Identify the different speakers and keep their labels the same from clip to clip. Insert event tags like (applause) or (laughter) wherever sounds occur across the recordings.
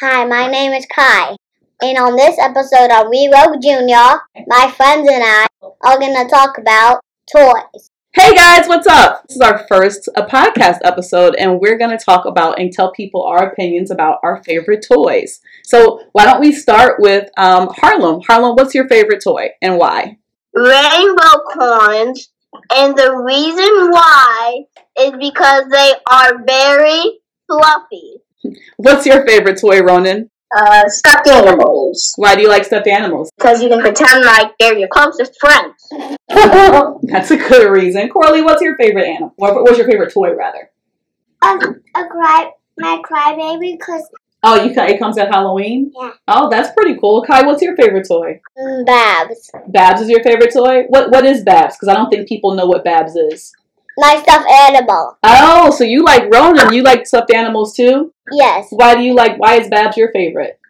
Speaker 1: Hi, my name is Kai. And on this episode of We Rogue Junior, my friends and I are gonna talk about toys.
Speaker 2: Hey guys, what's up? This is our first a podcast episode, and we're going to talk about and tell people our opinions about our favorite toys. So, why don't we start with um, Harlem? Harlem, what's your favorite toy and why?
Speaker 1: Rainbow corns, and the reason why is because they are very fluffy.
Speaker 2: What's your favorite toy, Ronan?
Speaker 1: Uh, stuffed animals.
Speaker 2: Why do you like stuffed animals?
Speaker 1: Because you can pretend like they're your closest friends.
Speaker 2: That's a good reason. Corley, what's your favorite animal? What was your favorite toy, rather?
Speaker 1: A cry, my crybaby, because
Speaker 2: Oh, you it comes at Halloween.
Speaker 1: Yeah.
Speaker 2: Oh, that's pretty cool. Kai, what's your favorite toy?
Speaker 1: mm, Babs.
Speaker 2: Babs is your favorite toy. What What is Babs? Because I don't think people know what Babs is.
Speaker 1: My stuffed animal.
Speaker 2: Oh, so you like Ronan? You like stuffed animals too?
Speaker 1: Yes.
Speaker 2: Why do you like? Why is Babs your favorite?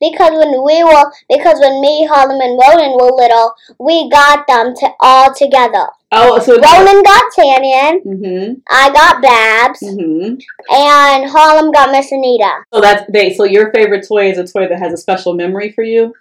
Speaker 1: Because when we were, because when me, Harlem, and Ronan were little, we got them to all together.
Speaker 2: Oh, so
Speaker 1: Ronan got Tanyan,
Speaker 2: Mm-hmm.
Speaker 1: I got Babs,
Speaker 2: Mm-hmm.
Speaker 1: and Harlem got Miss Anita.
Speaker 2: So that's they. So your favorite toy is a toy that has a special memory for you.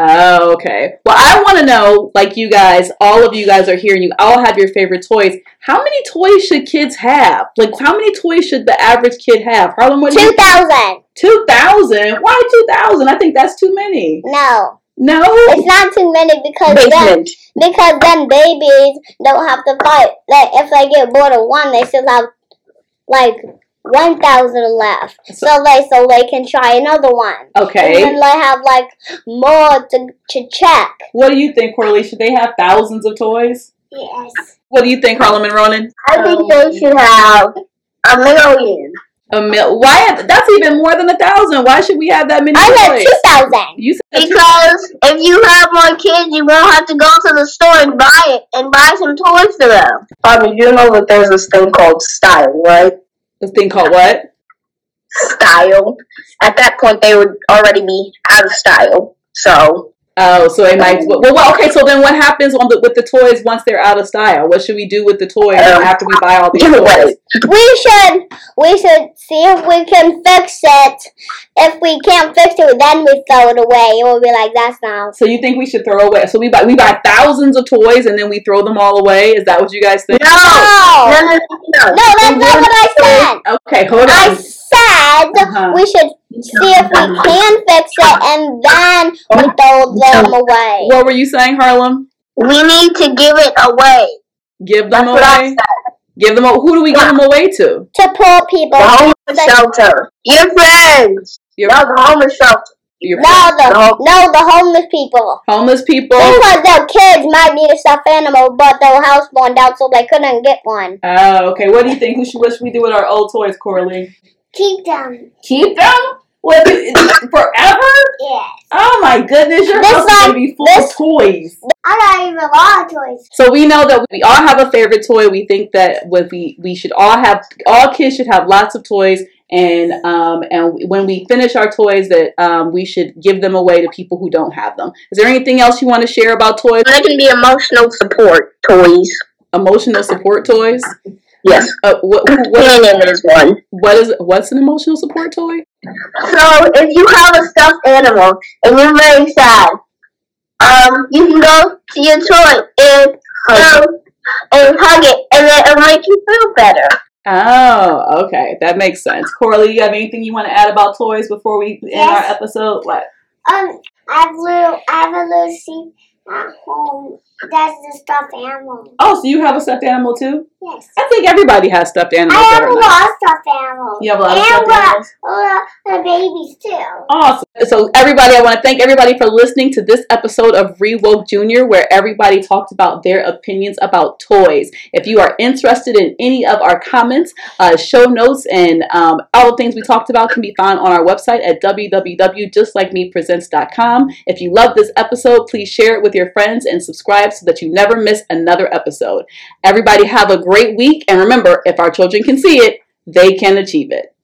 Speaker 2: Oh, okay. Well, I want to know, like you guys, all of you guys are here, and you all have your favorite toys. How many toys should kids have? Like, how many toys should the average kid have? Harlem, what do you?
Speaker 1: Two thousand.
Speaker 2: Two thousand? Why two thousand? I think that's too many.
Speaker 1: No,
Speaker 2: No.
Speaker 1: it's not too many because then because then babies don't have to fight. Like if they get bored of one, they still have like one thousand left. So they so they can try another one. And
Speaker 2: Okay.
Speaker 1: then they have like more to to check.
Speaker 2: What do you think, Corley? Should they have thousands of toys?
Speaker 1: Yes.
Speaker 2: What do you think, Harlem and Ronan?
Speaker 1: I think they should have a million.
Speaker 2: A mil- Why? That's even more than a thousand. Why should we have that many
Speaker 1: I have
Speaker 2: toys?
Speaker 1: two thousand.
Speaker 2: You said two-
Speaker 1: Because if you have more kids, you won't have to go to the store and buy it and buy some toys for them.
Speaker 3: Bobby, you know that there's this thing called style, right?
Speaker 2: this thing called what?
Speaker 3: Style. At that point, they would already be out of style. So,
Speaker 2: Oh, so it might. Well, well, okay. So then, what happens on the, with the toys once they're out of style? What should we do with the toys
Speaker 3: Um,
Speaker 2: after we buy
Speaker 3: (laughs)
Speaker 2: all these
Speaker 3: give it
Speaker 2: toys?
Speaker 3: away.
Speaker 1: We should we should see if we can fix it. If we can't fix it, then we throw it away. It will be like that's now.
Speaker 2: So you think we should throw away? So we buy we buy thousands of toys and then we throw them all away? Is that what you guys think?
Speaker 1: No,
Speaker 3: No,
Speaker 1: Oh, no,
Speaker 3: no, no, no.
Speaker 1: that's not what I said.
Speaker 2: Okay, hold on.
Speaker 1: I said
Speaker 2: Uh-huh.
Speaker 1: we should see if we can fix it, and then we throw them away.
Speaker 2: What were you saying, Harlem?
Speaker 1: We need to give it away
Speaker 2: Give them
Speaker 3: That's what I
Speaker 2: away. Give them. a- Who do we give them away to?
Speaker 1: to poor people.
Speaker 3: The homeless shelter. Your friends.
Speaker 2: Your,
Speaker 3: No, the homeless shelter.
Speaker 2: your
Speaker 1: No, the
Speaker 3: No.
Speaker 1: no, the homeless people.
Speaker 2: homeless people.
Speaker 1: Because their kids might need a stuffed animal, but their house burned down, so they couldn't get one.
Speaker 2: Oh, okay. What do you think? Who should, what should we do with our old toys, Coralie?
Speaker 1: Keep them.
Speaker 2: Keep them? What, forever?
Speaker 1: Yeah.
Speaker 2: Oh my goodness, your
Speaker 1: This
Speaker 2: house is
Speaker 1: one-
Speaker 2: gonna be full
Speaker 1: this-
Speaker 2: of toys.
Speaker 1: I got even more toys.
Speaker 2: So we know that we all have a favorite toy. We think that what we we should all have, all kids should have lots of toys. And um, and when we finish our toys, that um, we should give them away to people who don't have them. Is there anything else you want to share about toys?
Speaker 3: They can be emotional support toys.
Speaker 2: Emotional support toys.
Speaker 3: Yes.
Speaker 2: Uh, what, what
Speaker 3: Canyon is one.
Speaker 2: what is what's an emotional support toy?
Speaker 3: So if you have a stuffed animal and you're very sad, um, you can go to your toy and um, and hug it, and then it'll make you feel better.
Speaker 2: Oh, okay. That makes sense. Coralie, you have anything you want to add about toys before we end
Speaker 1: Yes.
Speaker 2: our episode? What?
Speaker 1: Um, I have little, I have a little sheep at home. That's the stuffed animal.
Speaker 2: Oh, so you have a stuffed animal too?
Speaker 1: Yes.
Speaker 2: I think everybody has stuffed
Speaker 1: I
Speaker 2: animals. that
Speaker 1: have a
Speaker 2: are nice.
Speaker 1: lot of stuffed animals.
Speaker 2: You have a lot of
Speaker 1: and
Speaker 2: stuffed
Speaker 1: what-
Speaker 2: animals.
Speaker 1: A lot of babies too.
Speaker 2: Awesome. So, everybody, I want to thank everybody for listening to this episode of Rewoke Junior, where everybody talked about their opinions about toys. If you are interested in any of our comments, uh, show notes, and um, all the things we talked about can be found on our website at www.justlikemepresents.com. If you love this episode, please share it with your friends and subscribe so that you never miss another episode. Everybody, have a great week, and remember if our children can see it, they can achieve it.